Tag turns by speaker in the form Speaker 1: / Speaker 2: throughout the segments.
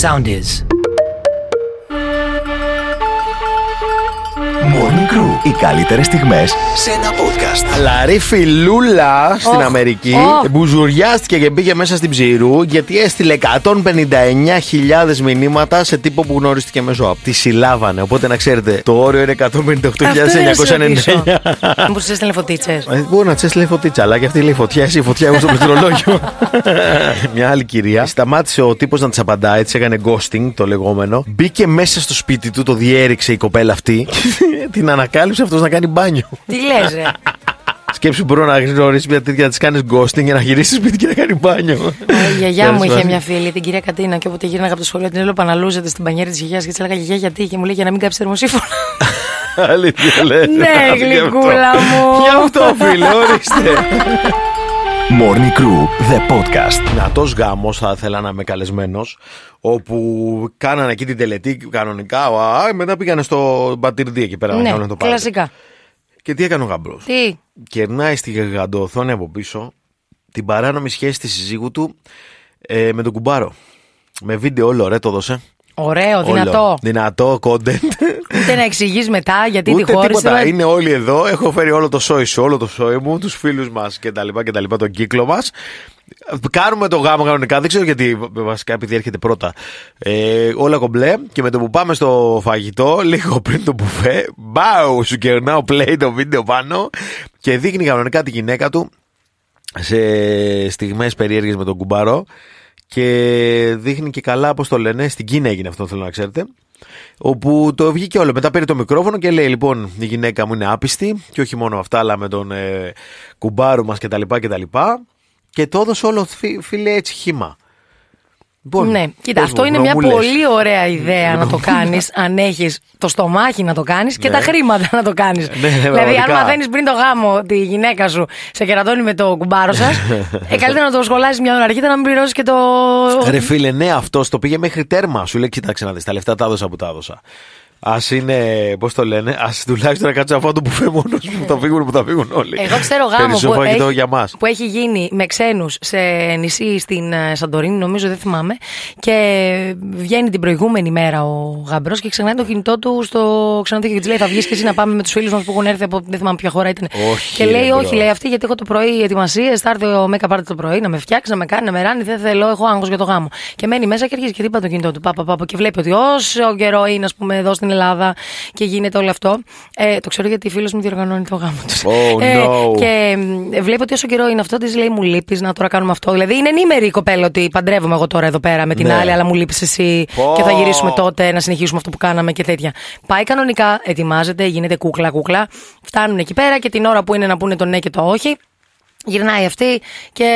Speaker 1: sound is.
Speaker 2: Morning Crew. Οι καλύτερες στιγμές σε ένα podcast.
Speaker 3: Αλλά ρε φιλούλα στην
Speaker 4: Οχ,
Speaker 3: Αμερική
Speaker 4: οχ.
Speaker 3: μπουζουριάστηκε και μπήκε μέσα στην ψηρού γιατί έστειλε 159.000 μηνύματα σε τύπο που γνωρίστηκε μέσω app. Τη συλλάβανε. Οπότε να ξέρετε, το όριο είναι 158.999.
Speaker 4: Μου έστελνε φωτίτσες.
Speaker 3: Ε, Μπορεί να τσες λέει φωτίτσα, αλλά και αυτή λέει φωτιά, εσύ φωτιά, εγώ στο πληκτρολόγιο. Μια άλλη κυρία. Σταμάτησε ο τύπος να της απαντάει, τη έκανε ghosting το λεγόμενο. Μπήκε μέσα στο σπίτι του, το διέριξε η κοπέλα αυτή. την ανακάλυψε αυτός να κάνει μπάνιο.
Speaker 4: Τι λες, ρε.
Speaker 3: Σκέψου μπορώ να γνωρίσει μια τέτοια να της κάνεις ghosting για να γυρίσεις σπίτι και να κάνει μπάνιο.
Speaker 4: Η γιαγιά μου είχε μια φίλη, την κυρία Κατίνα, και όποτε γύρναγα από το σχολείο την έλεγα Παναλούζεται στην πανιέρη της γιαγιάς και της έλεγα Γιαγιά, γιατί και μου λέγε να μην κάψει θερμοσύφωνα.
Speaker 3: Αλήθεια λες.
Speaker 4: Ναι,
Speaker 3: Γι' αυτό.
Speaker 4: γλυκούλα μου.
Speaker 3: Γι' αυτό φίλε, ορίστε.
Speaker 2: Morning Crew, the podcast.
Speaker 3: Δυνατός γάμος θα ήθελα να είμαι καλεσμένος. Όπου κάνανε εκεί την τελετή κανονικά. Α, μετά πήγανε στο μπατυρντή εκεί πέρα να
Speaker 4: Ναι,
Speaker 3: κάνουν το πάρτι.
Speaker 4: κλασικά.
Speaker 3: Και τι έκανε ο γαμπρός.
Speaker 4: Τι.
Speaker 3: Κερνάει στη γιγαντοθόνη από πίσω την παράνομη σχέση της συζύγου του ε, με τον κουμπάρο. Με βίντεο όλο, ρε, το δώσε.
Speaker 4: Ωραίο,
Speaker 3: Όλο.
Speaker 4: δυνατό.
Speaker 3: Δυνατό, content.
Speaker 4: Ούτε να εξηγείς μετά γιατί τη
Speaker 3: Ούτε τίποτα.
Speaker 4: χώρισε.
Speaker 3: Είναι όλοι εδώ. Έχω φέρει όλο το σόι σου, όλο το σόι μου, τους φίλους μας κτλ. Τον κύκλο μας. Κάνουμε το γάμο κανονικά. Δεν ξέρω γιατί βασικά επειδή έρχεται πρώτα. Ε, όλα κομπλέ και με το που πάμε στο φαγητό, λίγο πριν το μπουφέ, μπάου, σου κερνάω play το βίντεο πάνω και δείχνει κανονικά τη γυναίκα του σε στιγμές περίεργες με τον κουμπάρο και δείχνει και καλά, όπως το λένε, στην Κίνα έγινε αυτό θέλω να ξέρετε όπου το βγήκε όλο. Μετά παίρνει το μικρόφωνο και λέει λοιπόν η γυναίκα μου είναι άπιστη και όχι μόνο αυτά αλλά με τον ε, κουμπάρο μας κτλ. κτλ. Και το έδωσε όλο φι- φίλε έτσι χήμα. Λοιπόν,
Speaker 4: Ναι, κοίτα,
Speaker 3: πες
Speaker 4: αυτό
Speaker 3: μου,
Speaker 4: είναι μια
Speaker 3: γνωμούλες. Ε,
Speaker 4: πολύ ωραία ιδέα να το κάνεις αν έχεις το στομάχι να το κάνεις και
Speaker 3: Ναι.
Speaker 4: τα χρήματα να το κάνεις.
Speaker 3: ναι,
Speaker 4: δηλαδή, αν
Speaker 3: πραγματικά.
Speaker 4: μαθαίνεις πριν το γάμο ότι η γυναίκα σου σε κερατώνει με το κουμπάρο σας, ε, καλύτερα να το σχολάσεις μια ώρα αρχίτερα να μην πληρώσεις και το.
Speaker 3: Ρε φίλε, ναι, αυτό το πήγε μέχρι τέρμα. Σου λέει, κοίταξε να δεις, τα λεφτά τα έδωσα που τα έδωσα. Ας είναι, πώς το λένε, ας τουλάχιστον να κάτσω να φάω το μπουφέ μόνος μου. Θα φύγουν που θα φύγουν όλοι.
Speaker 4: Εγώ ξέρω γάμο
Speaker 3: Περισσό
Speaker 4: που
Speaker 3: φαγητό
Speaker 4: έχει,
Speaker 3: για μας.
Speaker 4: που έχει γίνει με ξένους σε νησί στην ε, Σαντορίνη, νομίζω δεν θυμάμαι. Και βγαίνει την προηγούμενη μέρα ο γαμπρός και ξεχνάει το κινητό του στο ξενοδοχείο και της λέει: Θα βγεις και εσύ να πάμε με τους φίλους μας που έχουν έρθει από δεν θυμάμαι ποια χώρα ήταν.
Speaker 3: Όχι,
Speaker 4: και
Speaker 3: ρε,
Speaker 4: λέει:
Speaker 3: μπρο.
Speaker 4: Όχι, λέει αυτή, γιατί έχω το πρωί ετοιμασίες. Θα έρθει ο Μέκα πάρτε το πρωί να με φτιάξει, να με κάνει, να με ράνει. Δεν θέλω, έχω άγχος για το γάμο. Και μένει μέσα και αρχίζει και τύπα το κινητό του. Πάπα, πάπα, και βλέπει ότι όσο καιρό είναι, ας πούμε, εδώ στην Ελλάδα και γίνεται όλο αυτό. Ε, το ξέρω γιατί φίλος μου διοργανώνει το γάμο του.
Speaker 3: Oh, no.
Speaker 4: και ε, βλέπω ότι όσο καιρό είναι αυτό, της λέει μου λείπεις να τώρα κάνουμε αυτό. Δηλαδή είναι ενήμερη η κοπέλα ότι παντρεύομαι εγώ τώρα εδώ πέρα με την
Speaker 3: Ναι.
Speaker 4: άλλη, αλλά μου λείπεις εσύ
Speaker 3: Πω.
Speaker 4: και θα γυρίσουμε τότε να συνεχίσουμε αυτό που κάναμε και τέτοια. Πάει κανονικά, ετοιμάζεται, γίνεται κούκλα-κούκλα. Φτάνουν εκεί πέρα και την ώρα που είναι να πούνε το ναι και το όχι, γυρνάει αυτή και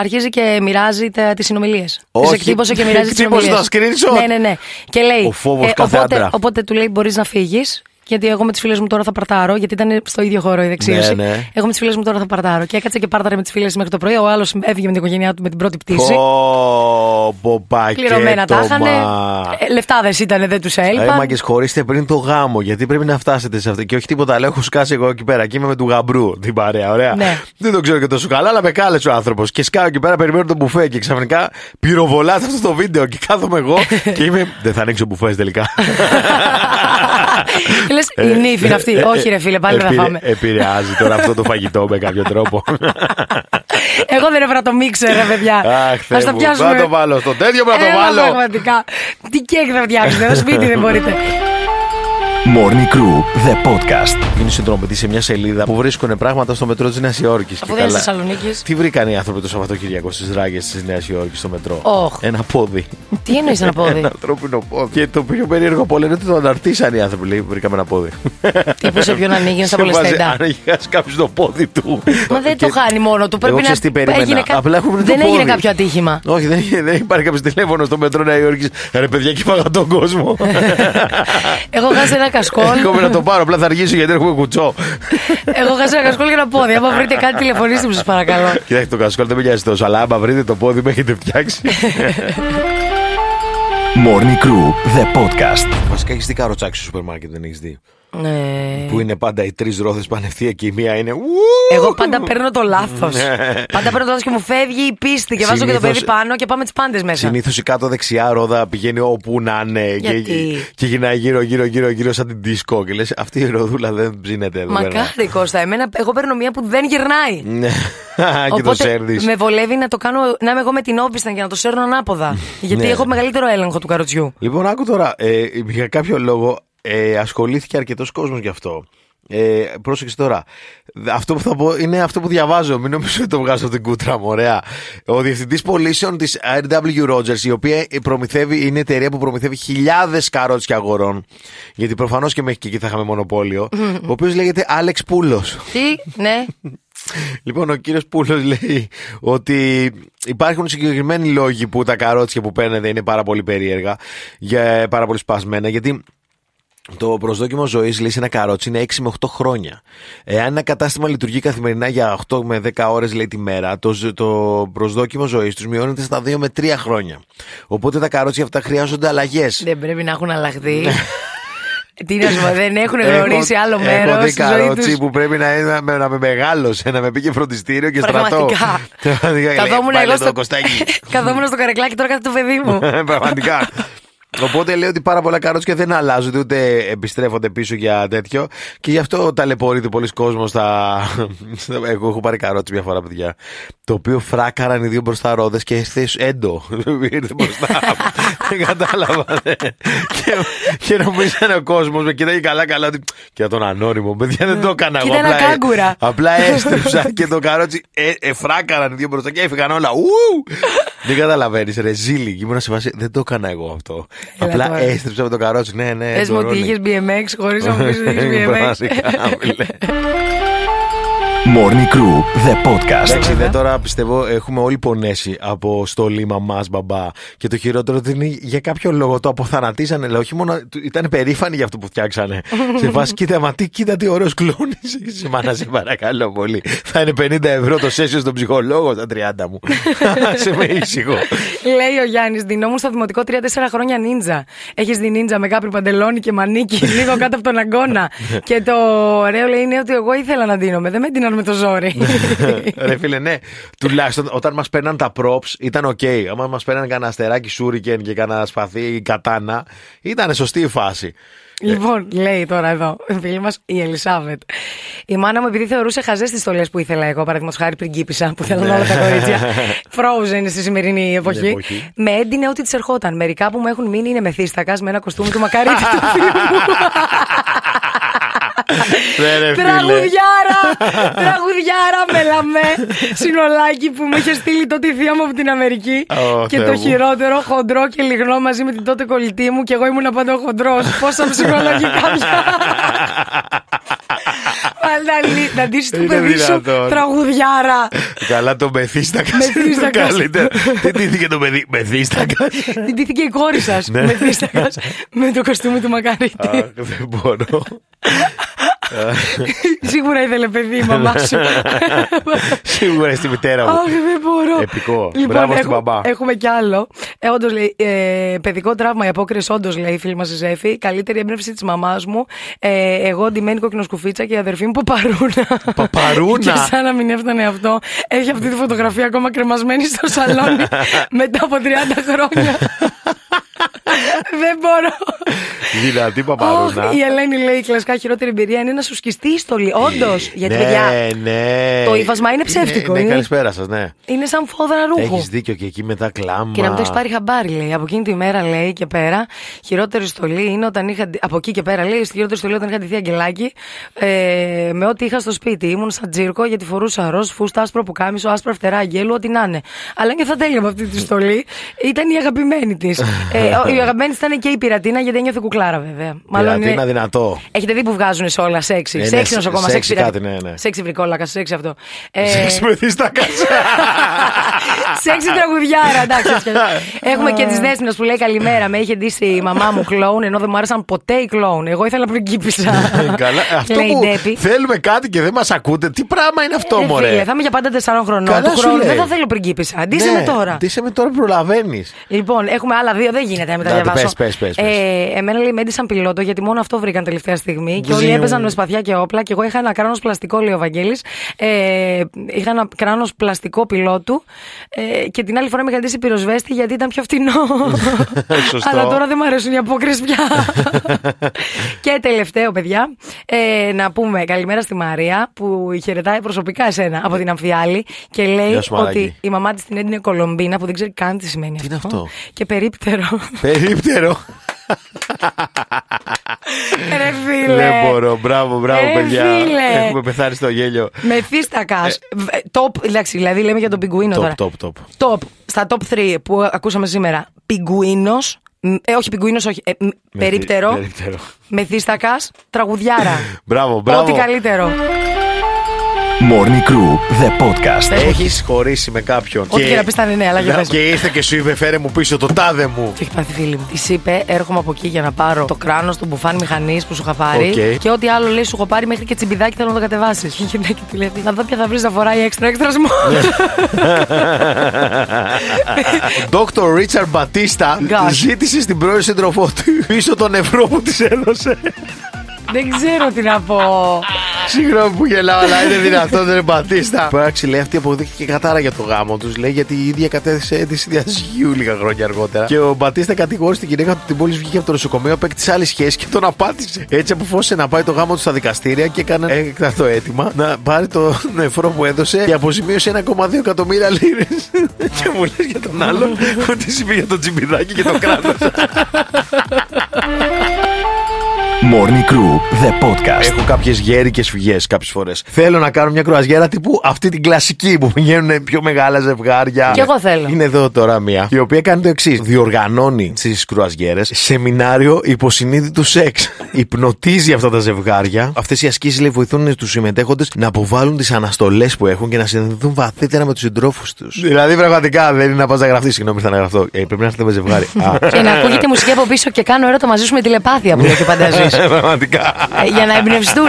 Speaker 4: αρχίζει και μοιράζει τις συνομιλίες.
Speaker 3: Όχι.
Speaker 4: Τη εκτύπωσε και μοιράζει τις
Speaker 3: Εκτύπωσε
Speaker 4: συνομιλίε.
Speaker 3: τα screenshot.
Speaker 4: Ναι, ναι, ναι. Και λέει. ε,
Speaker 3: Ο φόβος κάθε
Speaker 4: οπότε,
Speaker 3: άντρα.
Speaker 4: Οπότε του λέει: Μπορείς να φύγεις. Γιατί εγώ με τις φίλες μου τώρα θα παρτάρω, γιατί ήταν στο ίδιο χώρο η δεξίωση.
Speaker 3: Ναι, ναι.
Speaker 4: Εγώ με τις φίλες μου τώρα θα παρτάρω. Και έκατσε και πάρταρε με τις φίλες μέχρι το πρωί. Ο άλλος έφυγε με την οικογένειά του με την πρώτη πτήση.
Speaker 3: Πω, πω, πακέτο,
Speaker 4: Πληρωμένα τα είχανε.
Speaker 3: μα.
Speaker 4: Ε, Λεφτά δεν ήταν, δεν τους
Speaker 3: Ε,
Speaker 4: έλειπαν.
Speaker 3: μάγκες, χωρίστε πριν το γάμο, γιατί πρέπει να φτάσετε σε αυτό. Και όχι τίποτα άλλο, έχω σκάσει εγώ εκεί πέρα. Και είμαι με του γαμπρού την παρέα, ωραία.
Speaker 4: Ναι.
Speaker 3: Δεν το ξέρω και τόσο καλά, αλλά με κάλεσε ο άνθρωπος. Και σκάω εκεί πέρα, περιμένω το μπουφέ και ξαφνικά πυροβολά σε αυτό το βίντεο. Και κάθομαι εγώ και είμαι. Δεν θα ανοίξω μπουφές τελικά. Ε,
Speaker 4: Λες, η νύφη είναι αυτή. Όχι, ρε φίλε, πάλι δεν θα
Speaker 3: επηρε-
Speaker 4: φάμε.
Speaker 3: Επηρεάζει τώρα αυτό το φαγητό με κάποιο τρόπο.
Speaker 4: Εγώ δεν έφερα το μίξερ, ρε παιδιά.
Speaker 3: Αχ, Θεέ
Speaker 4: Ας τα
Speaker 3: μου,
Speaker 4: πιάσουμε.
Speaker 3: θα το βάλω στο τέτοιο, πρέπει να το
Speaker 4: Έλα,
Speaker 3: βάλω.
Speaker 4: Πραγματικά. Τι κέικ θα φτιάξετε, εδώ σπίτι δεν μπορείτε.
Speaker 2: Morning Crew, the podcast.
Speaker 3: Είναι συνδρομητή σε μια σελίδα που βρίσκουν πράγματα στο μετρό της Νέας Υόρκης.
Speaker 4: Αφού δεν είναι Θεσσαλονίκη.
Speaker 3: Τι βρήκαν οι άνθρωποι το Σαββατοκύριακο στις ράγες της Νέας Υόρκης στο μετρό.
Speaker 4: Οχ.
Speaker 3: Ένα πόδι.
Speaker 4: Τι εννοείς να πω,
Speaker 3: Ένα ανθρώπινο πόδι. Και το πιο περίεργο από όλα είναι ότι το αναρτήσαν οι άνθρωποι. Λέει, βρήκαμε ένα πόδι.
Speaker 4: Τύπου σε ποιον ανοίγει,
Speaker 3: Σε
Speaker 4: στα
Speaker 3: βάζει-
Speaker 4: πολυστέντα.
Speaker 3: Αν έχει χάσει κάποιο το πόδι του.
Speaker 4: Μα δεν
Speaker 3: Και-
Speaker 4: το χάνει μόνο του. Πρέπει
Speaker 3: Εγώ
Speaker 4: να.
Speaker 3: ξέρεις τι περίμενα.
Speaker 4: έγινε κα-
Speaker 3: Απλά έχουμε το
Speaker 4: δεν έγινε
Speaker 3: πόδι.
Speaker 4: κάποιο ατύχημα.
Speaker 3: Όχι, δεν, είχε- δεν υπάρχει κάποιος τηλέφωνος στο μετρό Νέας Υόρκης. Ρε παιδιά, και φάγα τον κόσμο.
Speaker 4: Εγώ χάσα ένα κασκόλ.
Speaker 3: Έρχομαι να το πάρω, απλά θα αργήσω γιατί έχουμε κουτσό.
Speaker 4: Εγώ χάσα ένα κασκόλ για ένα πόδι. Άμα βρείτε κάτι, τηλεφωνήστε μου, σας παρακαλώ.
Speaker 3: Κοιτάξτε, το κασκόλ δεν με νοιάζει τόσο, αλλά άμα βρείτε το πόδι με έχετε φτιάξει.
Speaker 2: Morning Crew, the podcast.
Speaker 3: Βασικά έχεις δει καροτσάκι στο σούπερ μάρκετ, δεν έχεις δει.
Speaker 4: Ε,
Speaker 3: Που είναι πάντα οι τρεις ρόδες πανευθεία και η μία είναι. ου,
Speaker 4: Εγώ πάντα παίρνω το λάθος. πάντα παίρνω το λάθος και μου φεύγει η πίστη και βάζω και το
Speaker 3: Ναι. Συνήθως-
Speaker 4: παιδί πάνω και πάμε τις πάντες μέσα.
Speaker 3: Συνήθως η κάτω δεξιά ρόδα πηγαίνει όπου να είναι
Speaker 4: Γιατί?
Speaker 3: και, και γυρνάει γύρω, γύρω, γύρω, γύρω σαν την δίσκο. Και λες, αυτή η ροδούλα δεν ψήνεται εδώ πέρα.
Speaker 4: Μακάρι Κώστα, εμένα, εγώ παίρνω μία που δεν γυρνάει.
Speaker 3: Ναι, και το σέρνεις.
Speaker 4: με βολεύει να το κάνω, να είμαι εγώ με την όπιστα και να το σέρνω ανάποδα. γιατί
Speaker 3: Ναι.
Speaker 4: έχω μεγαλύτερο έλεγχο του καροτσιού.
Speaker 3: Λοιπόν, άκου τώρα. Ε, για κάποιο λόγο ε, ασχολήθηκε αρκετός κόσμος γι' αυτό. Ε, πρόσεξε τώρα. Δε- Αυτό που θα πω είναι αυτό που διαβάζω. Μην νομίζω ότι το βγάζω από την κούτρα μου. Ωραία. Ο διευθυντής πωλήσεων της RW Rogers, η οποία προμηθεύει, είναι η εταιρεία που προμηθεύει χιλιάδες καρότσια αγορών. Γιατί προφανώς και μέχρι και εκεί θα είχαμε μονοπόλιο. ο οποίος λέγεται Άλεξ Πούλος.
Speaker 4: τι, ναι.
Speaker 3: Λοιπόν, ο κύριος Πούλος λέει ότι υπάρχουν συγκεκριμένοι λόγοι που τα καρότσια που παίρνετε είναι πάρα πολύ περίεργα, για, πάρα πολύ σπασμένα, γιατί το προσδόκιμο ζωής, λέει, σε ένα καρότσι είναι 6 με 8 χρόνια. Εάν ένα κατάστημα λειτουργεί καθημερινά για 8 με 10 ώρες, λέει, τη μέρα, το, ζ- το προσδόκιμο ζωής τους μειώνεται στα 2 με 3 χρόνια. Οπότε τα καρότσια αυτά χρειάζονται αλλαγές.
Speaker 4: δεν πρέπει να έχουν αλλάχθει. τι να σου πω, δεν έχουν
Speaker 3: Ναι. Έχω-
Speaker 4: γνωρίσει άλλο μέρος.
Speaker 3: Έχω δει καρότσι που πρέπει να, είναι- να, να με μεγάλωσε, να με πήγε φροντιστήριο και στρατό.
Speaker 4: Πραγματικά.
Speaker 3: Πραγματικά, λέει,
Speaker 4: Καθόμουν
Speaker 3: «Βάλε
Speaker 4: εγώ
Speaker 3: το
Speaker 4: στο,
Speaker 3: κοστάκι».
Speaker 4: Καθόμουν στο καρεκλάκι τώρα κάθε το παιδί μου.
Speaker 3: Πραγματικά. Οπότε λέει ότι πάρα πολλά καρότσια δεν αλλάζονται ούτε επιστρέφονται πίσω για τέτοιο και γι' αυτό ταλαιπωρείται πολλοί κόσμος στα... στα- Εγώ έχω πάρει καρότσι μια φορά παιδιά το οποίο φράκαραν οι δύο μπροστά ρόδες και ήρθε έντο ήρθε μπροστά δεν κατάλαβα ναι. και, και νομίζανε ο κόσμος με κοιτάει καλά καλά ότι και για τον ανώνυμο παιδιά δεν το έκανα εγώ
Speaker 4: Κοίτα ένα
Speaker 3: απλά, ε-
Speaker 4: κάγκουρα.
Speaker 3: απλά έστριψα και το καρότσι ε, εφράκαραν οι δύο μπροστά και έφυγαν όλα. Ου! δεν καταλαβαίνεις, ρε ζήλι. Ήμουν σε βάση. Δεν το έκανα εγώ αυτό.
Speaker 4: Έλα
Speaker 3: απλά
Speaker 4: τώρα.
Speaker 3: έστριψα με το καρότσι. Ναι, ναι.
Speaker 4: Πες μου
Speaker 3: εντορώνει.
Speaker 4: ότι είχες BMX χωρίς να μου πεις ότι είχε BMX.
Speaker 3: Πραγματικά, φίλε.
Speaker 2: Morning Crew, the podcast.
Speaker 3: Εντάξει, δε τώρα πιστεύω έχουμε όλοι πονέσει από στολή μαμά μπαμπά. Και το χειρότερο ότι είναι για κάποιο λόγο το αποθανατήσανε. Λέω, όχι μόνο του- ήταν περήφανοι για αυτό που φτιάξανε. σε φάση, κοίτα, μα τι, κοίτα τι ωραίος κλόνη. Σε μάνα, σε παρακαλώ πολύ. Θα είναι 50 ευρώ το σέσιο στον ψυχολόγο στα 30 μου. σε με ήσυχο.
Speaker 4: Λέει ο Γιάννης, δινόμουν στο δημοτικό 3-4 χρόνια νίντζα. Έχεις δει νίντζα με κάπρι παντελόνι και μανίκι λίγο κάτω από τον αγκώνα. και το ωραίο λέει είναι ότι εγώ ήθελα να ντύνομαι. Δεν με ντύναν με το ζόρι.
Speaker 3: Ρε φίλε, ναι. Τουλάχιστον όταν μας παίρναν τα props ήταν οκ. Άμα μας παίρναν κανένα αστεράκι σούρικεν και κανένα σπαθί κατάνα, ήταν σωστή η φάση.
Speaker 4: λοιπόν, λέει τώρα εδώ η φίλη μας η Ελισάβετ. Η μάνα μου, επειδή θεωρούσε χαζές τις στολές που ήθελα εγώ, παραδείγματος χάρη πριγκίπισσα, που θέλουν όλα τα κορίτσια. Frozen στη σημερινή εποχή.
Speaker 3: εποχή.
Speaker 4: με έντυνε ό,τι της ερχόταν. Μερικά που μου έχουν μείνει είναι μεθύστακας με ένα κοστούμι του μακαρίτη του φίλου μου.
Speaker 3: Ναι, ρε, φίλε.
Speaker 4: Τραγουδιάρα! Τραγουδιάρα με λαμέ! Συνολάκι που μου είχε στείλει τότε η θεία μου από την Αμερική.
Speaker 3: Ω,
Speaker 4: και
Speaker 3: Θεέ
Speaker 4: το
Speaker 3: μου.
Speaker 4: χειρότερο, χοντρό και λιγνό μαζί με την τότε κολλητή μου και εγώ ήμουν πάντα χοντρός. Πόσα ψυχολογικά πια. Παλταλή, να ντύσεις το
Speaker 3: Είναι
Speaker 4: παιδί σου
Speaker 3: δυνατόν.
Speaker 4: τραγουδιάρα.
Speaker 3: Καλά το μεθύστακας.
Speaker 4: Μεθύστακας.
Speaker 3: Καλύτερα. Τι τύθηκε το παιδί. Μεθύστακας.
Speaker 4: Την τύθηκε η κόρη σας
Speaker 3: Ναι.
Speaker 4: με θύστακα με το κοστούμι του Μακαρίτη.
Speaker 3: Αχ, Δεν μπορώ.
Speaker 4: Σίγουρα ήθελε παιδί η μαμά σου.
Speaker 3: Σίγουρα στη μητέρα μου.
Speaker 4: Αχ, δεν μπορώ. Λοιπόν,
Speaker 3: Επικό. Μπράβο στην
Speaker 4: έχουμε-
Speaker 3: μπαμπά.
Speaker 4: Έχουμε κι άλλο. Ε, όντως, λέει, ε, παιδικό τραύμα, η απόκριση, όντως λέει η φίλη μας η Ζέφη. Καλύτερη έμπνευση της μαμάς μου. Ε, εγώ ντυμένη κοκκινοσκουφίτσα και η αδερφή μου παπαρούνα.
Speaker 3: Παπαρούνα.
Speaker 4: και σαν να μην έφτανε αυτό. Έχει αυτή τη φωτογραφία ακόμα κρεμασμένη στο σαλόνι μετά από 30 χρόνια. δεν μπορώ.
Speaker 3: Δυνατή
Speaker 4: Αχ,
Speaker 3: παπαρούνα.
Speaker 4: η Ελένη λέει η κλασικά χειρότερη εμπειρία είναι να σου σκιστεί η στολή. Όντως. Γιατί
Speaker 3: ναι,
Speaker 4: παιδιά.
Speaker 3: ναι.
Speaker 4: το ύφασμα είναι ψεύτικο, ε.
Speaker 3: Ναι,
Speaker 4: είναι.
Speaker 3: καλησπέρα σας, ναι.
Speaker 4: Είναι σαν φόδρα ρούχο.
Speaker 3: Έχεις δίκιο και εκεί μετά κλάμα.
Speaker 4: Και να μην το έχεις πάρει χαμπάρι, λέει. Από εκείνη τη μέρα, λέει και πέρα, χειρότερη στολή είναι όταν είχα. Από εκεί και πέρα, λέει, στη χειρότερη στολή όταν είχα ντυθεί αγγελάκι ε, με ό,τι είχα στο σπίτι. Ήμουν σαν τζίρκο γιατί φορούσα ροζ, φούστα, άσπρο πουκάμισο, άσπρα φτερά αγγέλου, ό,τι να είναι. Αλλά νιώθα τέλεια με αυτή τη στολή. Ήταν η αγαπημένη της. ε, ο- η αγαπημένη της ήταν και η πειρατίνα γιατί ένιωθε κουκλάρα, βέβαια.
Speaker 3: Πειρατίνα δυνατό.
Speaker 4: Έχετε δει που βγάζουν σε όλα σεξι.
Speaker 3: Ε, ναι,
Speaker 4: σεξι νοσοκόμα,
Speaker 3: σεξι
Speaker 4: σεξι
Speaker 3: κάτι,
Speaker 4: πειρατίνα.
Speaker 3: ναι, ναι.
Speaker 4: Ε, Σεξι βρικόλακα, σεξι αυτό. Ε,
Speaker 3: Σεξ μεθύστακα.
Speaker 4: Σεξι τραγουδιάρα, εντάξει. έτσι κι αλλιώς. Έχουμε και τη Δέσμηνα που λέει Καλημέρα. Με είχε ντύσει η μαμά μου κλόουν, ενώ δεν μου άρεσαν ποτέ οι κλόουν. Εγώ ήθελα πριγκίπισσα.
Speaker 3: Ε, Καλά, αυτό
Speaker 4: Λέει η
Speaker 3: που
Speaker 4: Ντέπη.
Speaker 3: θέλουμε κάτι και δεν μας ακούτε. Τι πράγμα είναι αυτό,
Speaker 4: Ε,
Speaker 3: μωρέ.
Speaker 4: φίλε, θα είμαι για πάντα 4 χρονών.
Speaker 3: Καλά σου
Speaker 4: Του χρόνου δεν
Speaker 3: λέει.
Speaker 4: θα θέλω πριγκίπισσα. Αντίσε
Speaker 3: Ναι,
Speaker 4: με τώρα.
Speaker 3: Ντύσε με τώρα που προλαβαίνεις.
Speaker 4: Λοιπόν, έχουμε άλλα δύο, δεν γίνεται να μην τα
Speaker 3: Να,
Speaker 4: διαβάσω.
Speaker 3: πες, πες, πες, πες.
Speaker 4: Ε, εμένα λέει με έντυσαν πιλότο, γιατί μόνο αυτό βρήκαν τελευταία στιγμή. Και όλοι
Speaker 3: Ζιου.
Speaker 4: έπαιζαν με σπαθιά και όπλα. Και εγώ είχα ένα κράνος πλαστικό, λέει ο Βαγγέλης. Ε, είχα ένα κράνος πλαστικό πιλότου. Ε, και την άλλη φορά με είχαν ντύσει πυροσβέστη, γιατί ήταν πιο φτηνό.
Speaker 3: Σωστό.
Speaker 4: Αλλά τώρα δεν μου αρέσουν οι απόκριε πια. και τελευταίο, παιδιά, ε, να πούμε καλημέρα στη Μαρία, που χαιρετάει προσωπικά εσένα από την Αμφιάλη και λέει
Speaker 3: Γεια σου, Μαράκη.
Speaker 4: ότι η μαμά της την έντυνε Κολομπίνα, που δεν ξέρει καν τι σημαίνει
Speaker 3: Τι είναι αυτό?
Speaker 4: και περίπτερο.
Speaker 3: Περίπτερο.
Speaker 4: Ρε φίλε.
Speaker 3: Δεν Ναι, μπορώ. Μπράβο, μπράβο,
Speaker 4: Ρε
Speaker 3: παιδιά.
Speaker 4: φίλε.
Speaker 3: Έχουμε πεθάνει στο γέλιο.
Speaker 4: Μεθύστακα. Top, εντάξει, δηλαδή λέμε για τον πιγκουίνο
Speaker 3: Top,
Speaker 4: τώρα.
Speaker 3: top, top.
Speaker 4: Top, στα top 3 που ακούσαμε σήμερα. Πιγκουίνος. Ε, όχι, πιγκουίνος, όχι. Ε, μ, περίπτερο.
Speaker 3: περίπτερο.
Speaker 4: Μεθύστακα. Τραγουδιάρα.
Speaker 3: Μπράβο, μπράβο.
Speaker 4: Ό,τι καλύτερο.
Speaker 2: Morning Crew, the podcast.
Speaker 3: Έχεις χωρίσει με κάποιον.
Speaker 4: Ό,τι και να πεις ήταν ναι, αλλά για πες.
Speaker 3: Και ήρθε και σου είπε, φέρε μου πίσω το τάδε μου.
Speaker 4: Τι έχει πάθει φίλη μου. Της είπε: Έρχομαι από εκεί για να πάρω το κράνος του μπουφάν μηχανής που σου είχα πάρει.
Speaker 3: Οκ.
Speaker 4: Και ό,τι άλλο λέει, σου έχω πάρει μέχρι και τσιμπιδάκι θέλω να το κατεβάσεις. Και η γυναίκα του λέει: Να δω ποια θα βρεις να φοράει έξτρα, έξτρας
Speaker 3: Ναι. Ο Dr. Ρίτσαρ Μπατίστα
Speaker 4: God.
Speaker 3: ζήτησε στην πρώην σύντροφό του πίσω τον ευρώ που της έδωσε.
Speaker 4: Δεν ξέρω τι να πω.
Speaker 3: Συγγνώμη που γελάω, αλλά είναι δυνατόν, δεν είναι Μπατίστα. Πράξη λέει αυτή αποδείχθηκε κατάρα για το γάμο τους. Λέει γιατί η ίδια κατέθεσε αίτηση διαζυγίου λίγα χρόνια αργότερα. Και ο Μπατίστα κατηγόρησε την γυναίκα του ότι μόλι βγήκε από το νοσοκομείο, απέκτησε άλλη σχέση και τον απάτησε. Έτσι αποφάσισε να πάει το γάμο του στα δικαστήρια και έκανε έκτακτο αίτημα να πάρει το νεφρό που έδωσε και αποζημίωσε 1,2 εκατομμύρια λίρες. και μου λες για τον άλλον ότι σου για το τσιμπιδάκι και το κράτος.
Speaker 2: Morning Crew, the podcast.
Speaker 3: Έχω κάποιες γέρικες φυγές κάποιες φορές. Θέλω να κάνω μια κρουαζιέρα τύπου αυτή την κλασική που πηγαίνουν πιο μεγάλα ζευγάρια.
Speaker 4: Κι εγώ θέλω.
Speaker 3: Είναι εδώ τώρα μία. Η οποία κάνει το εξής. Διοργανώνει στι κρουαζιέρες σεμινάριο υποσυνείδητου σεξ. Υπνοτίζει αυτά τα ζευγάρια. Αυτές οι ασκήσεις λέει βοηθούν τους συμμετέχοντες να αποβάλουν τις αναστολές που έχουν και να συνδεθούν βαθύτερα με τους συντρόφους τους. Δηλαδή πραγματικά δεν είναι να πας να γραφτείς. Συγγνώμη, θα να γραφτώ. Ε, πρέπει να έρθετε με ζευγάρι. Α.
Speaker 4: Και να ακούγεται μουσική από πίσω και κάνω έρωτα μαζί σου με τηλεπάθεια
Speaker 3: Ναι.
Speaker 4: που λέει και φαντάζεις.
Speaker 3: Πραγματικά.
Speaker 4: Ε, για να εμπνευστούν.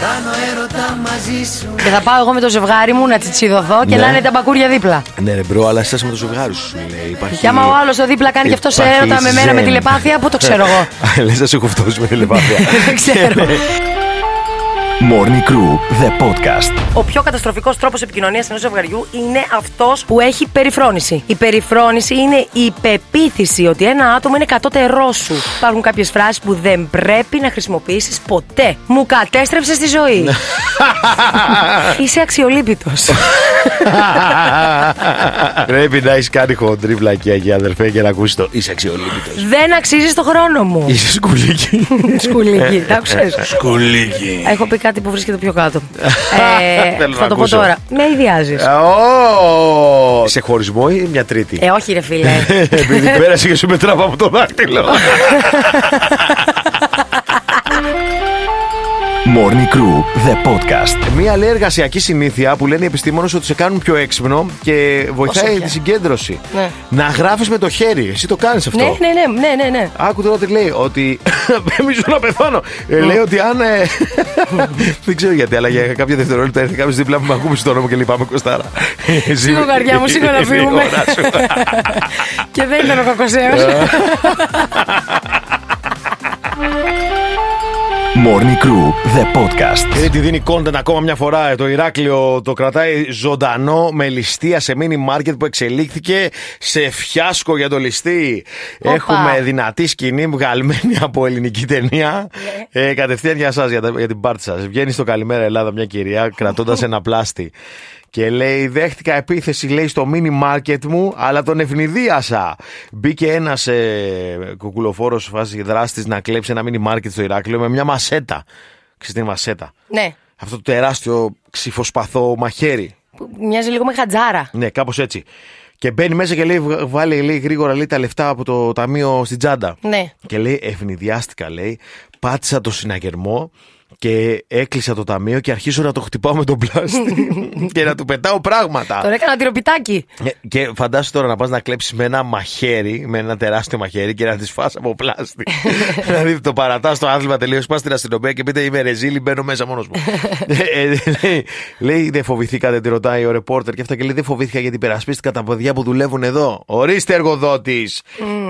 Speaker 4: Κάνω έρωτα μαζί σου. Και θα πάω εγώ με το ζευγάρι μου να τσιτσιδωθώ και
Speaker 3: Ναι.
Speaker 4: να είναι τα μπακούρια δίπλα.
Speaker 3: Ναι, ρε μπρο, αλλά εσάς με του ζευγάρου σου λέει. Υπάρχει...
Speaker 4: Και άμα ο άλλος ο δίπλα κάνει και αυτός σε
Speaker 3: Υπάρχει
Speaker 4: έρωτα με μένα με
Speaker 3: ζεν.
Speaker 4: τηλεπάθεια, πού το ξέρω εγώ.
Speaker 3: Λες, να σε έχω φτώσει με τηλεπάθεια.
Speaker 4: Δεν
Speaker 3: Ναι.
Speaker 4: ξέρω.
Speaker 2: Morning Crew, the podcast.
Speaker 4: Ο πιο καταστροφικός τρόπος επικοινωνίας ενός ζευγαριού είναι αυτός που έχει περιφρόνηση. Η περιφρόνηση είναι η υπεποίθηση ότι ένα άτομο είναι κατώτερό σου. Υπάρχουν κάποιες φράσεις που δεν πρέπει να χρησιμοποιήσεις ποτέ. Μου κατέστρεψες τη
Speaker 3: Ναι.
Speaker 4: ζωή. Είσαι αξιολύπητος.
Speaker 3: Πρέπει να έχεις κάνει χοντρή βλακία, αδερφέ, και να ακούσεις το. Είσαι αξιολύπητος.
Speaker 4: δεν αξίζει το χρόνο μου.
Speaker 3: Είσαι σκουλίκι.
Speaker 4: Σκουλίκι, τα άκουσες?
Speaker 3: Σκουλίκι.
Speaker 4: Έχω πει κάτι που βρίσκεται πιο κάτω. ε,
Speaker 3: Θέλω
Speaker 4: θα
Speaker 3: να
Speaker 4: το πω
Speaker 3: ακούσω.
Speaker 4: τώρα. Με ιδιάζεις.
Speaker 3: Σε χωρισμό ή μια τρίτη.
Speaker 4: ε, όχι, ρε φίλε.
Speaker 3: Επειδή πέρασε και σου με τράβα από το δάχτυλο.
Speaker 2: Morning Crew, the podcast.
Speaker 3: Μία λέει εργασιακή συνήθεια που λένε οι επιστήμονες ότι σε κάνουν πιο έξυπνο και βοηθάει
Speaker 4: πια.
Speaker 3: τη συγκέντρωση.
Speaker 4: Ναι.
Speaker 3: Να γράφεις με το χέρι. Εσύ το κάνεις αυτό.
Speaker 4: ναι, ναι, ναι, ναι, ναι, ναι.
Speaker 3: Άκου τώρα τι λέει, ότι. Μισό να πεθάνω. Ε, λέει ότι αν. ε, δεν ξέρω γιατί, αλλά για κάποια δευτερόλεπτα έρθει κάποιος δίπλα μου, με ακούμπησε το όνομα και λυπάμαι Κωστάρα.
Speaker 4: Σίγουρα, καρδιά μου, σίγουρα να φύγουμε. και δεν ήταν ο
Speaker 3: Ε.
Speaker 4: κακοσέος.
Speaker 2: Morning Crew, the podcast.
Speaker 3: Δεν τη δίνει content ακόμα μια φορά. ε, Το Ηράκλειο το κρατάει ζωντανό με ληστεία σε mini market που εξελίχθηκε σε φιάσκο για το ληστή.
Speaker 4: Οπα.
Speaker 3: Έχουμε δυνατή σκηνή βγαλμένη από ελληνική ταινία. Ε, κατευθείαν για εσά, για, τα- για την πάρτι σας. Βγαίνει στο Καλημέρα Ελλάδα μια κυρία κρατώντας ένα πλάστη. Και λέει, δέχτηκα επίθεση, λέει, στο mini market μου, αλλά τον ευνηδίασα. Μπήκε ένας ε, κουκουλοφόρος φάση δράστης να κλέψει ένα mini market στο Ηράκλειο με μια μασέτα. Ξέρετε, είναι μασέτα.
Speaker 4: ναι.
Speaker 3: Αυτό το τεράστιο ξυφοσπαθό μαχαίρι.
Speaker 4: Που Μοιάζει λίγο με χατζάρα.
Speaker 3: Ναι, κάπως έτσι. Και μπαίνει μέσα και λέει, βγα- βάλει λέει, γρήγορα λέει, τα λεφτά από το ταμείο στην τσάντα.
Speaker 4: Ναι.
Speaker 3: Και λέει, ευνηδιάστηκα, λέει. Πάτησα το συναγερμό Και έκλεισα το ταμείο και αρχίζω να το χτυπάω με τον πλάστη και να του πετάω πράγματα.
Speaker 4: Τώρα έκανα τυροπιτάκι.
Speaker 3: Ε, Και φαντάσου τώρα να πας να κλέψεις με ένα μαχαίρι, με ένα τεράστιο μαχαίρι και να τη φά από πλάστη. δηλαδή το παρατάς το άθλημα τελείω, πας στην αστυνομία και πείτε Είμαι ρεζίλη, μπαίνω μέσα μόνος μου. Ε, ε, λέει, λέει, Δεν φοβηθήκατε, τη ρωτάει ο ρεπόρτερ και αυτά και λέει Δεν φοβήθηκα γιατί υπερασπίστηκα τα παιδιά που δουλεύουν εδώ. Ορίστε, εργοδότης.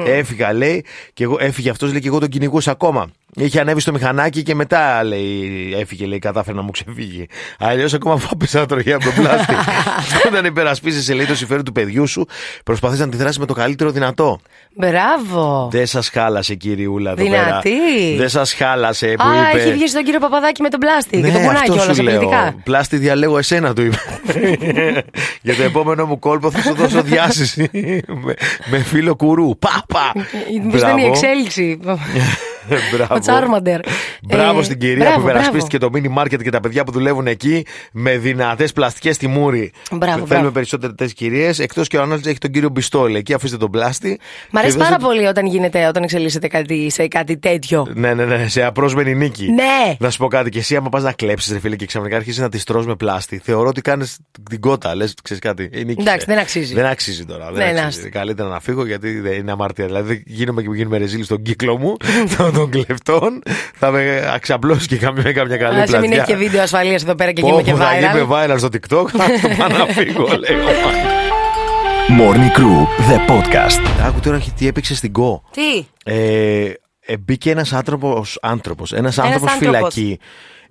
Speaker 3: Έφυγα, λέει, και εγώ, έφυγε αυτός, λέει, και εγώ τον κυνηγούσα ακόμα. Είχε ανέβει στο μηχανάκι και μετά λέει, έφυγε, λέει, κατάφερε να μου ξεφύγει. Αλλιώς ακόμα φάπησα να τρωγεί από τον πλάστη. Όταν υπερασπίζεσαι, λέει, το συμφέρον του παιδιού σου, προσπαθείς να αντιδράσεις με το καλύτερο δυνατό.
Speaker 4: Μπράβο.
Speaker 3: Δεν σας χάλασε, κυριούλα, εδώ
Speaker 4: Δυνατή.
Speaker 3: πέρα. Δεν σας χάλασε που
Speaker 4: Α,
Speaker 3: είπε.
Speaker 4: έχει βγει στον κύριο Παπαδάκη με τον πλάστη
Speaker 3: Ναι,
Speaker 4: και τον πονάκι
Speaker 3: αυτό
Speaker 4: όλα
Speaker 3: σου λέω.
Speaker 4: απλητικά.
Speaker 3: Πλάστη διαλέγω εσένα, του είπε. Για το επόμενο μου κόλπο θα σου δώσω διάσηση με, με φύλλο κουρού. Πάπα!
Speaker 4: Μήπως ήταν η εξέλιξη.
Speaker 3: Μπράβο.
Speaker 4: Ο Charmander.
Speaker 3: Μπράβο
Speaker 4: Ε,
Speaker 3: στην κυρία
Speaker 4: μπράβο,
Speaker 3: που υπερασπίστηκε το mini market και τα παιδιά που δουλεύουν εκεί με δυνατές πλαστικές στη μούρη.
Speaker 4: Μπράβο,
Speaker 3: Θέλουμε
Speaker 4: μπράβο.
Speaker 3: περισσότερε τέτοιες κυρίες. Εκτός και ο Ανάλτζα έχει τον κύριο Μπιστόλη. Εκεί αφήστε τον πλάστη.
Speaker 4: Μ' αρέσει
Speaker 3: και δώστε-
Speaker 4: πάρα πολύ όταν γίνεται, όταν εξελίσσεται κάτι, σε κάτι τέτοιο.
Speaker 3: Ναι, ναι, ναι, σε απρόσμενη νίκη.
Speaker 4: Ναι.
Speaker 3: Να σου πω κάτι, και εσύ άμα πας να κλέψεις, ρε φίλε, και ξαφνικά αρχίσει να τη τρώ με πλάστη, θεωρώ ότι κάνεις την κότα. Λες, ξέρεις κάτι. ε, νίκησε.
Speaker 4: Εντάξει, δεν αξίζει.
Speaker 3: Δεν αξίζει τώρα.
Speaker 4: Ναι,
Speaker 3: Δεν
Speaker 4: να
Speaker 3: αξίζει.
Speaker 4: είστε.
Speaker 3: Καλύτερα να φύγω γιατί δεν είναι αμαρτία. Δηλαδή, γίνομαι και γίνομαι ρεζίλη στον κύκλο μου των, των κλεφτών. Θα με αξαπλώσει και καμία, με καμιά καλή
Speaker 4: Άσε
Speaker 3: πλατιά.
Speaker 4: μην έχει και βίντεο ασφαλείας εδώ πέρα και
Speaker 3: Πω,
Speaker 4: γίνουμε και
Speaker 3: που θα γίνουμε
Speaker 4: viral.
Speaker 3: viral στο TikTok, θα το πάω να φύγω, λέω.
Speaker 2: Morning Crew, the podcast.
Speaker 3: Άκου τώρα τι έπαιξε στην ΚΟ.
Speaker 4: Τι.
Speaker 3: Ε, ε, μπήκε ένας άνθρωπος, άνθρωπος, ένας άνθρωπος
Speaker 4: άνθρωπος.
Speaker 3: φυλακή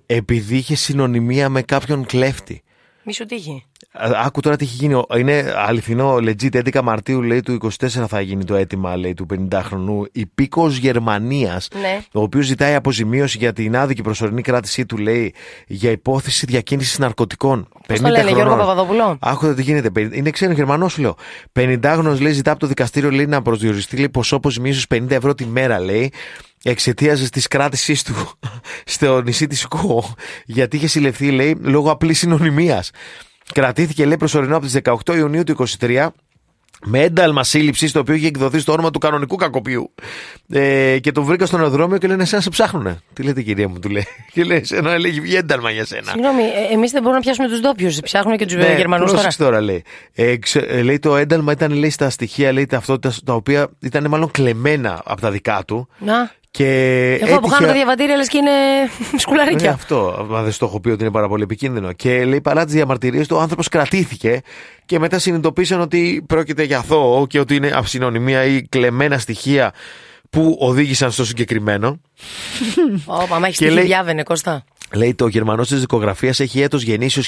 Speaker 3: επειδή είχε συνωνυμία με κάποιον κλέφτη.
Speaker 4: Μη σου τύχει.
Speaker 3: Α, Άκου τώρα τι έχει γίνει. Ο- Είναι αληθινό, legit. 11 Μαρτίου λέει του 24 θα γίνει το αίτημα λέει, του 50χρονου υπήκοο Γερμανίας,
Speaker 4: Ναι.
Speaker 3: ο οποίος ζητάει αποζημίωση για την άδικη προσωρινή κράτησή του, λέει, για υπόθεση διακίνησης ναρκωτικών.
Speaker 4: Πώς το λένε, Γιώργο Παπαδόπουλο?
Speaker 3: Άκου τώρα τι γίνεται. πεν- Είναι ξένος Γερμανός, σου λέω. 50χρονο λέει, ζητά από το δικαστήριο λέει, να προσδιοριστεί λέει, ποσό αποζημίωσης 50 ευρώ τη μέρα, λέει. Εξαιτίας της κράτησής του στο νησί της Κο. Γιατί είχε συλληφθεί, λέει, λόγω απλής συνωνυμίας. Κρατήθηκε, λέει, προσωρινό από τις 18 Ιουνίου του 23 με ένταλμα σύλληψης το οποίο είχε εκδοθεί στο όνομα του κανονικού κακοποιού. Ε, και τον βρήκα στον αεροδρόμιο και λένε: Εσένα σε ψάχνουνε. Τι λέτε, κυρία μου, του λέει. Και λέει: Εσένα λέει, έχει βγει ένταλμα για σένα.
Speaker 4: Συγγνώμη, εμείς δεν μπορούμε να πιάσουμε τους ντόπιους. Ψάχνουν και τους
Speaker 3: Ναι,
Speaker 4: Γερμανούς Ε, τώρα.
Speaker 3: πρόσεξε τώρα λέει. Ε, ξε- ε, λέει το ένταλμα ήταν λέει, στα στοιχεία λέει, ταυτότητας τα οποία ήταν μάλλον κλεμμένα από τα δικά του.
Speaker 4: Να.
Speaker 3: Και
Speaker 4: Εγώ που
Speaker 3: έτυχε-
Speaker 4: χάνω τα διαβατήρια λες και είναι
Speaker 3: ναι,
Speaker 4: σκουλαρίκια.
Speaker 3: αυτό. Μα δεν στο έχω πει ότι είναι πάρα πολύ επικίνδυνο. Και λέει παρά τις διαμαρτυρίες του, ο άνθρωπος κρατήθηκε και μετά συνειδητοποίησαν ότι πρόκειται για αθώο και ότι είναι αυσυνωνυμία ή κλεμμένα στοιχεία που οδήγησαν στο συγκεκριμένο.
Speaker 4: Ωπα, μα έχεις
Speaker 3: Ναι. Και
Speaker 4: τύχει
Speaker 3: λέει-
Speaker 4: διάβαινε, Κώστα.
Speaker 3: Λέει το γερμανός της δικογραφία έχει έτος γεννήσεως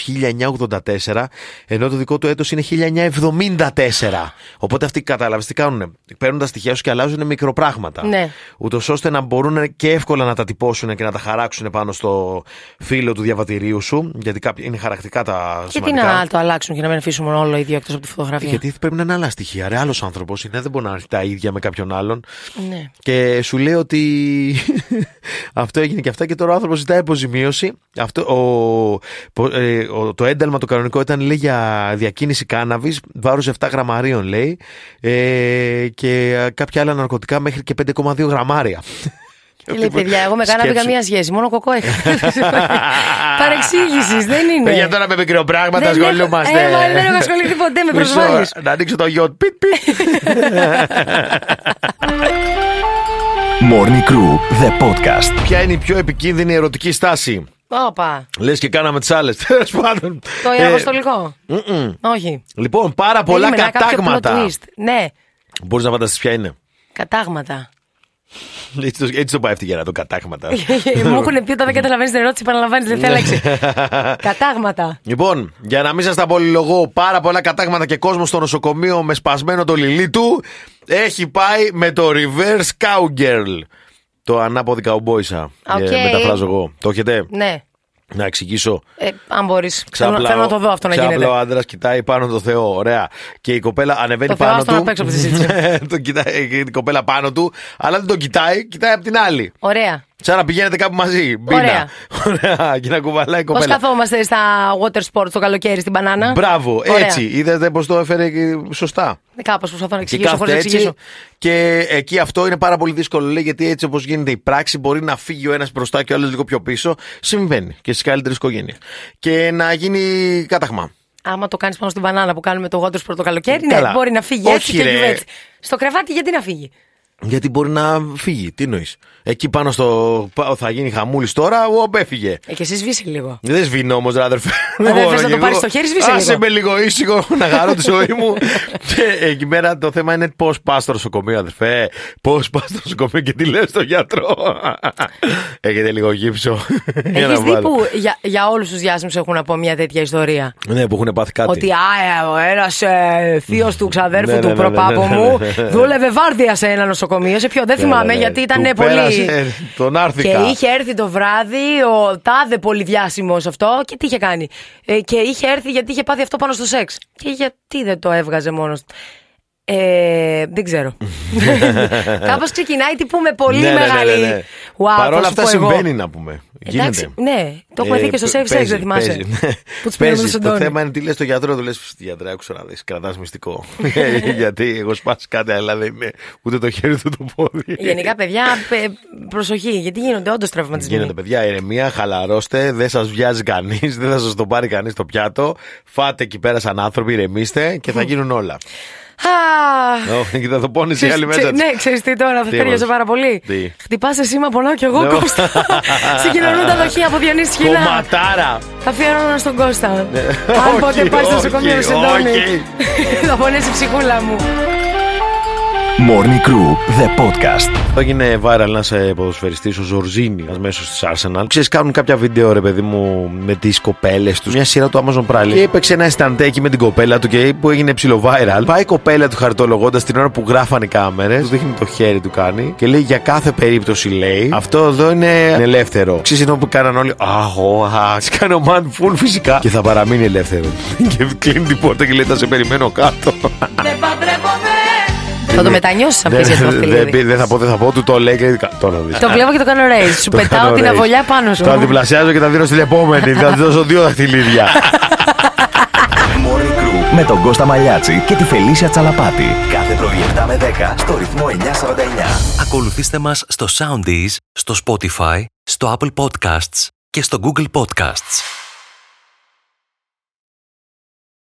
Speaker 3: 1984, ενώ το δικό του έτος είναι 1974. Οπότε αυτοί κατάλαβες τι κάνουν. Παίρνουν τα στοιχεία σου και αλλάζουν μικροπράγματα.
Speaker 4: Ναι.
Speaker 3: Ούτως ώστε να μπορούν και εύκολα να τα τυπώσουν και να τα χαράξουν πάνω στο φύλλο του διαβατηρίου σου. Γιατί κάποια είναι χαρακτικά τα
Speaker 4: Και τι
Speaker 3: σημαντικά.
Speaker 4: να το αλλάξουν και να μην αφήσουμε όλο ίδιο εκτός από τη φωτογραφία.
Speaker 3: Γιατί πρέπει να είναι άλλα στοιχεία. Ρε, άλλος άνθρωπος είναι, δεν μπορεί να είναι τα ίδια με κάποιον άλλον.
Speaker 4: Ναι.
Speaker 3: Και σου λέει ότι αυτό έγινε και αυτά και τώρα ο άνθρωπος ζητάει αποζημίωση. Αυτό, ο, πο- ε, ο- το ένταλμα το κανονικό ήταν λέει για διακίνηση κάναβης, βάρος 7 γραμμαρίων λέει ε, και ε, κάποια άλλα ναρκωτικά μέχρι και 5,2 γραμμάρια.
Speaker 4: Και λέει, παιδιά, εγώ με κάναβη
Speaker 3: Σκέψου.
Speaker 4: καμία σχέση. Μόνο κοκό έχω. Παρεξήγησης δεν είναι.
Speaker 3: Παιδιά, τώρα με μικροπράγματα
Speaker 4: Δεν έχω-
Speaker 3: ασχολούμαστε.
Speaker 4: Ε, μα, δεν έχω ασχοληθεί ποτέ, με
Speaker 3: Μισό,
Speaker 4: προσβάλλεις.
Speaker 3: Να ανοίξω το γιο. Πιτ, πιτ.
Speaker 2: Morning Crew, the podcast.
Speaker 3: Ποια είναι η πιο επικίνδυνη ερωτική στάση.
Speaker 4: Όπα.
Speaker 3: Λες και κάναμε τις άλλες. Τέλος πάντων.
Speaker 4: Το
Speaker 3: Ε,
Speaker 4: ιεραποστολικό. Όχι.
Speaker 3: Λοιπόν, πάρα πολλά
Speaker 4: Περίμενα κάποιο
Speaker 3: κατάγματα.
Speaker 4: plot twist. Ναι,
Speaker 3: Μπορείς να φανταστείς ποια είναι.
Speaker 4: κατάγματα.
Speaker 3: Έτσι το, έτσι το πάει αυτή η γέρα, το κατάγματα.
Speaker 4: Μου έχουν πει όταν δεν καταλαβαίνεις την ερώτηση, επαναλαμβάνεις την τελευταία λέξη. Κατάγματα.
Speaker 3: λοιπόν, για να μην σας τα πολυλογώ, πάρα πολλά κατάγματα και κόσμο στο νοσοκομείο με σπασμένο το λιλί του έχει πάει με το reverse cowgirl. Το ανάποδη καουμπόισα.
Speaker 4: Οκ.
Speaker 3: Ε, μεταφράζω εγώ. Το έχετε.
Speaker 4: Ναι.
Speaker 3: Να εξηγήσω.
Speaker 4: Ε, αν μπορείς. Θέλω,
Speaker 3: Ξάπλα
Speaker 4: θέλω
Speaker 3: ο-
Speaker 4: να το δω αυτό να
Speaker 3: ξάπλα
Speaker 4: γίνεται.
Speaker 3: ο άντρας κοιτάει πάνω το Θεό. Ωραία. Και η κοπέλα ανεβαίνει
Speaker 4: Το Θεό,
Speaker 3: πάνω
Speaker 4: άστο να
Speaker 3: του.
Speaker 4: παίξω από τη συζήτηση.
Speaker 3: τον κοιτάει, η κοπέλα πάνω του, αλλά δεν τον κοιτάει, κοιτάει από την άλλη.
Speaker 4: Ωραία.
Speaker 3: Σαν να πηγαίνετε κάπου μαζί. Μπίνα.
Speaker 4: Ωραία.
Speaker 3: Ωραία. Και να κουβαλάει η
Speaker 4: Πώς
Speaker 3: κοπέλα.
Speaker 4: καθόμαστε στα water sports το καλοκαίρι στην μπανάνα.
Speaker 3: Μπράβο,
Speaker 4: Ωραία.
Speaker 3: έτσι. Είδατε πώς το έφερε και σωστά.
Speaker 4: Κάπως προσπαθώ να
Speaker 3: Και
Speaker 4: εξηγήσω χωρίς
Speaker 3: κάθεται
Speaker 4: να
Speaker 3: έτσι.
Speaker 4: εξηγήσω.
Speaker 3: Και εκεί αυτό είναι πάρα πολύ δύσκολο, λέει, γιατί έτσι όπως γίνεται η πράξη, μπορεί να φύγει ο ένας μπροστά και ο άλλος λίγο πιο πίσω. Συμβαίνει και στις καλύτερες οικογένειες. Και να γίνει κάταγμα.
Speaker 4: Άμα το κάνεις πάνω στην μπανάνα που κάνουμε το water sport το καλοκαίρι, ναι,
Speaker 3: Καλά.
Speaker 4: μπορεί να φύγει έτσι
Speaker 3: Όχι,
Speaker 4: και
Speaker 3: ρε.
Speaker 4: γιουβέτσι. Στο κρεβάτι γιατί να φύγει.
Speaker 3: Γιατί μπορεί να φύγει, τι νοεί. Εκεί πάνω στο. πα- Θα γίνει χαμούλης τώρα, ο έφυγε.
Speaker 4: Ε, και εσύ σβήσει λίγο.
Speaker 3: Δεν σβήνω όμως, ράδερφε.
Speaker 4: Ε, δεν θες να το πάρεις στο χέρι, σβήσε λίγο.
Speaker 3: Άσε με λίγο ήσυχο να χαρώ τη ζωή μου. και εκεί πέρα το θέμα είναι πώς πας στο νοσοκομείο, αδερφέ. Πώς πας στο νοσοκομείο και τι λες στον γιατρό. Έχετε λίγο γύψο. για να
Speaker 4: Έχεις δει
Speaker 3: βάλω.
Speaker 4: που για, για όλους τους διάσημους έχουν να πω μια τέτοια ιστορία.
Speaker 3: Ναι, που έχουν πάθει κάτι.
Speaker 4: Ότι α, ο ένας ε, θείος του ξαδέρφου
Speaker 3: Ναι,
Speaker 4: του
Speaker 3: ναι, ναι,
Speaker 4: προπάπου
Speaker 3: ναι, ναι,
Speaker 4: μου
Speaker 3: ναι, ναι.
Speaker 4: δούλευε βάρδια σε ένα νοσοκομείο. Σε ποιο, δεν
Speaker 3: Ναι, ναι,
Speaker 4: θυμάμαι,
Speaker 3: ναι.
Speaker 4: γιατί ήταν
Speaker 3: Του
Speaker 4: πολύ.
Speaker 3: πέρασε, τον άρθηκα.
Speaker 4: Και είχε έρθει το βράδυ ο τάδε πολύ διάσημος αυτό και τι είχε κάνει. Ε, και είχε έρθει γιατί είχε πάθει αυτό πάνω στο σεξ. Και γιατί δεν το έβγαζε μόνος. Ε, δεν ξέρω. Κάπως ξεκινάει τύπου με πολύ
Speaker 3: Ναι, ναι, ναι,
Speaker 4: μεγάλη.
Speaker 3: ναι, ναι.
Speaker 4: Wow,
Speaker 3: Παρ'
Speaker 4: θα
Speaker 3: όλα
Speaker 4: σου
Speaker 3: αυτά
Speaker 4: πω εγώ.
Speaker 3: συμβαίνει να πούμε.
Speaker 4: Εντάξει,
Speaker 3: Γίνεται.
Speaker 4: ναι, το έχουμε
Speaker 3: Ε,
Speaker 4: δει και στο
Speaker 3: π-
Speaker 4: safe sex,
Speaker 3: παίζει,
Speaker 4: δεν θυμάσαι.
Speaker 3: παίζει.
Speaker 4: Που τους πήραμε
Speaker 3: Παίζει.
Speaker 4: τον
Speaker 3: Το
Speaker 4: Σεντόνι.
Speaker 3: θέμα είναι τι λες στο γιατρό, του λε γιατρά, άκουσα να δεις, κρατάς μυστικό. Γιατί εγώ σπάσει κάτι, αλλά δεν είναι ούτε το χέρι του το πόδι.
Speaker 4: Γενικά, παιδιά, πε- προσοχή, γιατί γίνονται όντως τραυματισμοί.
Speaker 3: Γίνεται, παιδιά, ηρεμία, χαλαρώστε, δεν σας βιάζει κανείς, δεν θα σας το πάρει κανείς το πιάτο. Φάτε εκεί πέρα σαν άνθρωποι, ηρεμήστε και θα γίνουν όλα.
Speaker 4: Α,
Speaker 3: Ω, Και θα το πόνεις η
Speaker 4: ξέρεις-
Speaker 3: άλλη μέσα
Speaker 4: ξε-
Speaker 3: της.
Speaker 4: Ναι, ξέρεις τι τώρα, θα
Speaker 3: Τι
Speaker 4: τέλειωσε
Speaker 3: όμως.
Speaker 4: πάρα πολύ.
Speaker 3: Τι.
Speaker 4: Χτυπάς εσύ, μα πονάω κι εγώ,
Speaker 3: Ναι.
Speaker 4: Κώστα. Συγκοινωνούν τα δοχεία από Διονύση Χινά.
Speaker 3: Κομματάρα!
Speaker 4: Θα αφιερώνω στον Κώστα. Αν
Speaker 3: Ναι. όχι,
Speaker 4: πότε πάει στο νοσοκομείο,
Speaker 3: όχι,
Speaker 4: σε ντόνι.
Speaker 3: όχι.
Speaker 4: Θα πονέσει η ψυχούλα μου.
Speaker 2: Morning Crew, the podcast.
Speaker 3: Έγινε viral ένα ποδοσφαιριστής, ο Ζορζίνη, μέσω της Arsenal. Ξέρεις, κάνουν κάποια βίντεο, ρε παιδί μου, με τις κοπέλες τους. Μια σειρά του Amazon Prime. Και έπαιξε ένα αισθαντέκι με την κοπέλα του και που έγινε ψηλό viral. Πάει η κοπέλα του χαρτολογώντας την ώρα που γράφανε οι κάμερες. Του δείχνει το χέρι του κάνει και λέει για κάθε περίπτωση λέει. Αυτό εδώ είναι ελεύθερο. Ξέρεις ενώ που κάναν όλοι. Αχ, ω, α, σε κάνω man full φυσικά. Και θα παραμείνει ελεύθερο. και κλείνει την πόρτα και λέει θα σε περιμένω κάτω.
Speaker 4: Θα το μετανιώσει αν
Speaker 3: Δεν-
Speaker 4: πει αυτό δηλαδή.
Speaker 3: δεν πει-
Speaker 4: αυτή.
Speaker 3: Δεν θα πω, δεν θα πω, του το λέει και λέει, τώρα δεις.
Speaker 4: Το βλέπω και το κάνω raise. Σου
Speaker 3: Το
Speaker 4: πετάω
Speaker 3: κάνω
Speaker 4: την
Speaker 3: raise.
Speaker 4: αβολιά πάνω σου.
Speaker 3: Τώρα την πλασιάζω και τα δίνω στην επόμενη. Θα της δώσω δύο δαχτυλίδια.
Speaker 2: Morning Crew με τον Κώστα Μαλιάτση και τη Φελίσια Τσαλαπάτη. Κάθε πρωί 7 με 10 στο ρυθμό 949.
Speaker 1: Ακολουθήστε μας στο Soundees, στο Spotify, στο Apple Podcasts και στο Google Podcasts.